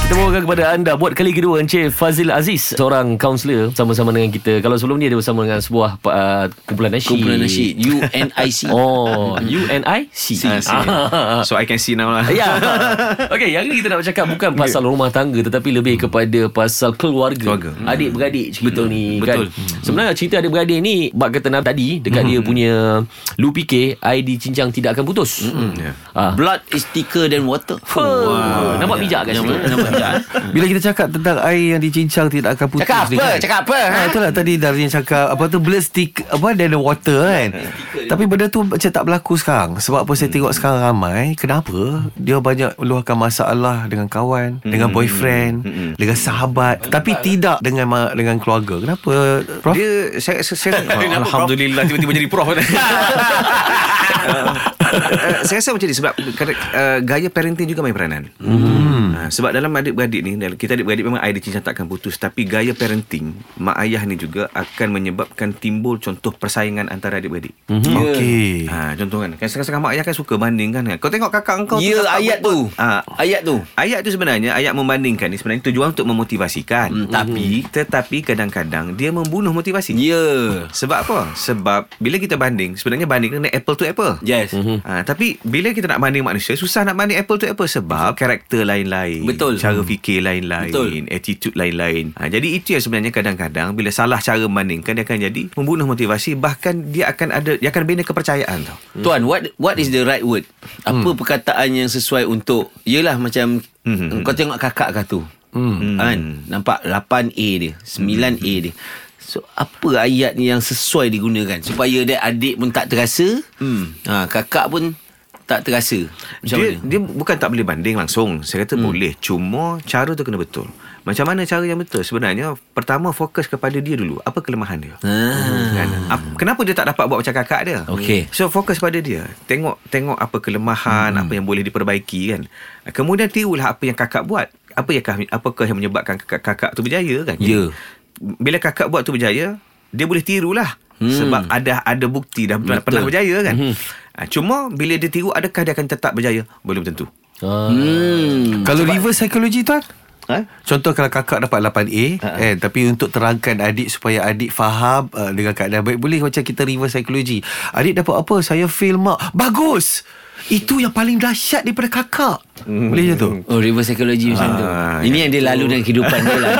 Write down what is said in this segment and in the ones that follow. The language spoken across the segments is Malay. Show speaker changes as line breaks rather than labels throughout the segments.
Kita bawakan kepada anda buat kali kedua Encik Fazil Aziz seorang kaunselor sama-sama dengan kita. Kalau sebelum ni dia bersama dengan sebuah uh, kumpulan nasyid.
Kumpulan nasyid UNIC
Oh, UNIC.
Ah, C.
Ah.
So I can see now lah
Ya. Okey, yang ni kita nak bercakap bukan pasal rumah tangga tetapi lebih kepada pasal keluarga. Hmm.
Keluarga.
Adik-beradik cerita Betul. ni
Betul.
kan. Sebenarnya cerita adik-beradik ni bab kata Nab tadi dekat dia punya lu fikir air di cincang tidak akan putus. Hmm.
Ya.
Ah.
Blood is thicker than water
Wow. Nampak bijak kan kat
Nampak-
situ.
Nampak tak?
Bila kita cakap tentang air yang dicincang tidak akan putus.
Ah. Cakap apa? Cakap apa?
Ha, itulah tadi Darwin cakap apa tu blood stick apa dan water kan.
Eh,
Tapi benda tu macam tak berlaku sekarang. Sebab apa
Hmm.
saya tengok sekarang ramai kenapa dia banyak luahkan masalah dengan kawan,
Hmm.
dengan boyfriend, dengan sahabat tapi
lah.
tidak dengan ma- dengan keluarga. Kenapa? Prof?
Dia Eh, saya, saya, saya
Kenapa, Prof?
Alhamdulillah tiba-tiba jadi prof kan Uh, saya rasa macam ni sebab kar- uh, gaya parenting juga main peranan. Hmm. Uh, sebab dalam adik-beradik ni dalam- kita adik-beradik memang air di cincang takkan putus tapi gaya parenting mak ayah ni juga akan menyebabkan timbul contoh persaingan antara adik-beradik. Hmm.
Ya.
Okey.
Ha, contoh kan. Kan sekarang-sekarang mak ayah kan suka bandingkan kan. Kau tengok kakak engkau
Ya
kakak
ayat
buat-
tu
Ah,
Ayat tu
Ayat tu sebenarnya ayat membandingkan ni sebenarnya tujuan untuk memotivasikan.
Hmm,
tapi tetapi kadang-kadang dia membunuh motivasi.
Ya
Sebab apa? Sebab bila kita banding sebenarnya banding kena apple to apple.
Yes
Ha, tapi bila kita nak banding manusia susah nak banding apple to apple sebab karakter lain-lain
Betul. Hmm.
cara fikir lain-lain
Betul.
attitude lain-lain ha, jadi itu yang sebenarnya kadang-kadang bila salah cara membandingkan dia akan jadi membunuh motivasi bahkan dia akan ada dia akan bina kepercayaan tau
Mm-hmm.
Tuan what what is the right word
Mm.
Apa perkataan yang sesuai untuk Yelah macam
Mm-hmm.
Hmm.
Kau tengok kakak kau tu
Hmm.
Kan Nampak 8A dia 9A dia So apa ayat ni yang sesuai digunakan Supaya dia adik pun tak terasa ha, Kakak pun tak terasa Macam
dia,
mana
dia bukan tak boleh banding langsung. Saya kata hmm. boleh. Cuma cara tu kena betul. Macam mana cara yang betul? Sebenarnya pertama fokus kepada dia dulu. Apa kelemahan dia?
Ah.
Kan? Ap- Kenapa dia tak dapat buat macam kakak dia?
Okey.
So fokus pada dia. Tengok tengok apa kelemahan, hmm. apa yang boleh diperbaiki kan. Kemudian tirulah apa yang kakak buat. Apa yang kah- apakah yang menyebabkan kakak-kakak tu berjaya kan?
Ya.
Bila kakak buat tu berjaya, dia boleh tirulah. Hmm. Sebab ada ada bukti dah Betul. pernah
Betul.
berjaya kan. Hmm. Cuma bila dia tiru adakah dia akan tetap berjaya? Belum tentu.
Ah.
Hmm.
Kalau reverse psychology tuan?
Ha?
Contoh kalau kakak dapat 8A uh-huh. eh, Tapi untuk terangkan adik Supaya adik faham uh, Dengan keadaan baik Boleh macam kita reverse psychology Adik dapat apa? Saya fail mak Bagus! Itu yang paling dahsyat daripada kakak Boleh je tu?
Oh reverse psychology macam tu
Ah,
Ini yang dia lalu dalam kehidupan dia lah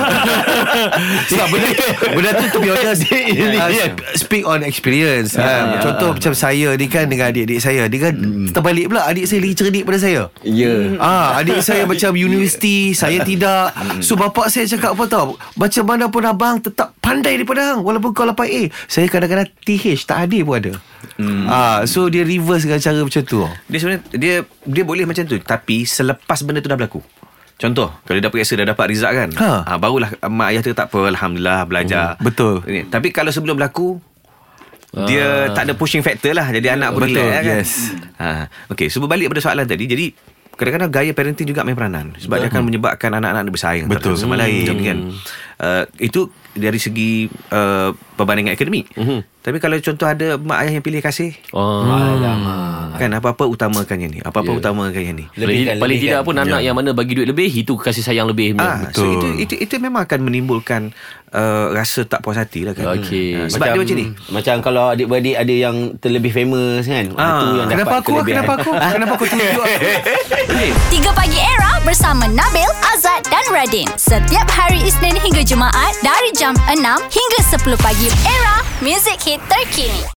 Sebab benda, benda tu to be honest uh, Speak on experience uh, Contoh macam saya ni kan Dengan adik-adik saya Dia kan terbalik pula Adik saya lebih cerdik pada saya
Ya
Ah, adik saya macam universiti, saya tidak. So bapak saya cakap apa tau? Macam mana pun abang tetap pandai daripada hang walaupun kau 8A. Saya kadang-kadang TH tak adil pun ada. Ah, so dia reverse dengan cara macam tu.
Dia sebenarnya dia dia boleh macam tu tapi selepas benda tu dah berlaku. Contoh, kalau dah periksa dah dapat result kan.
Ha.
Ha, barulah mak ayah tu tak apa alhamdulillah belajar.
Hmm, betul.
Ini. Tapi kalau sebelum berlaku dia tak ada pushing factor lah Jadi anak pun
Betul,
relax,
yes.
ha, Okay so berbalik pada soalan tadi Jadi kadang-kadang gaya parenting juga main peranan Sebab dia akan
Hmm.
menyebabkan anak-anak dia bersaing Betul Sama lain kan uh, Itu dari segi uh, perbandingan akademik
Hmm.
Tapi kalau contoh ada mak ayah yang pilih kasih
Ah.
Kan apa-apa utamakan yang ni
Ya.
Apa-apa yeah. utamakan yang ni
Lebihkan,
Lebihkan,
paling
lebihkan.
tidak pun anak yang mana bagi duit lebih itu kasih sayang lebih.
Ya,
Ah,
punya.
Betul. so itu, itu itu memang akan menimbulkan uh, rasa tak puas hati lah kan.
Okey.
Ah, sebab dia macam ni.
Macam kalau adik-beradik ada yang terlebih famous kan ah, Itu yang
Kenapa
dapat
aku? ah? Kenapa aku? Kenapa aku tunjuk aku?
3 Pagi Era bersama Nabil, Azad dan Radin. Setiap hari Isnin hingga Jumaat dari jam 6 hingga 10 pagi. Era, music hit terkini.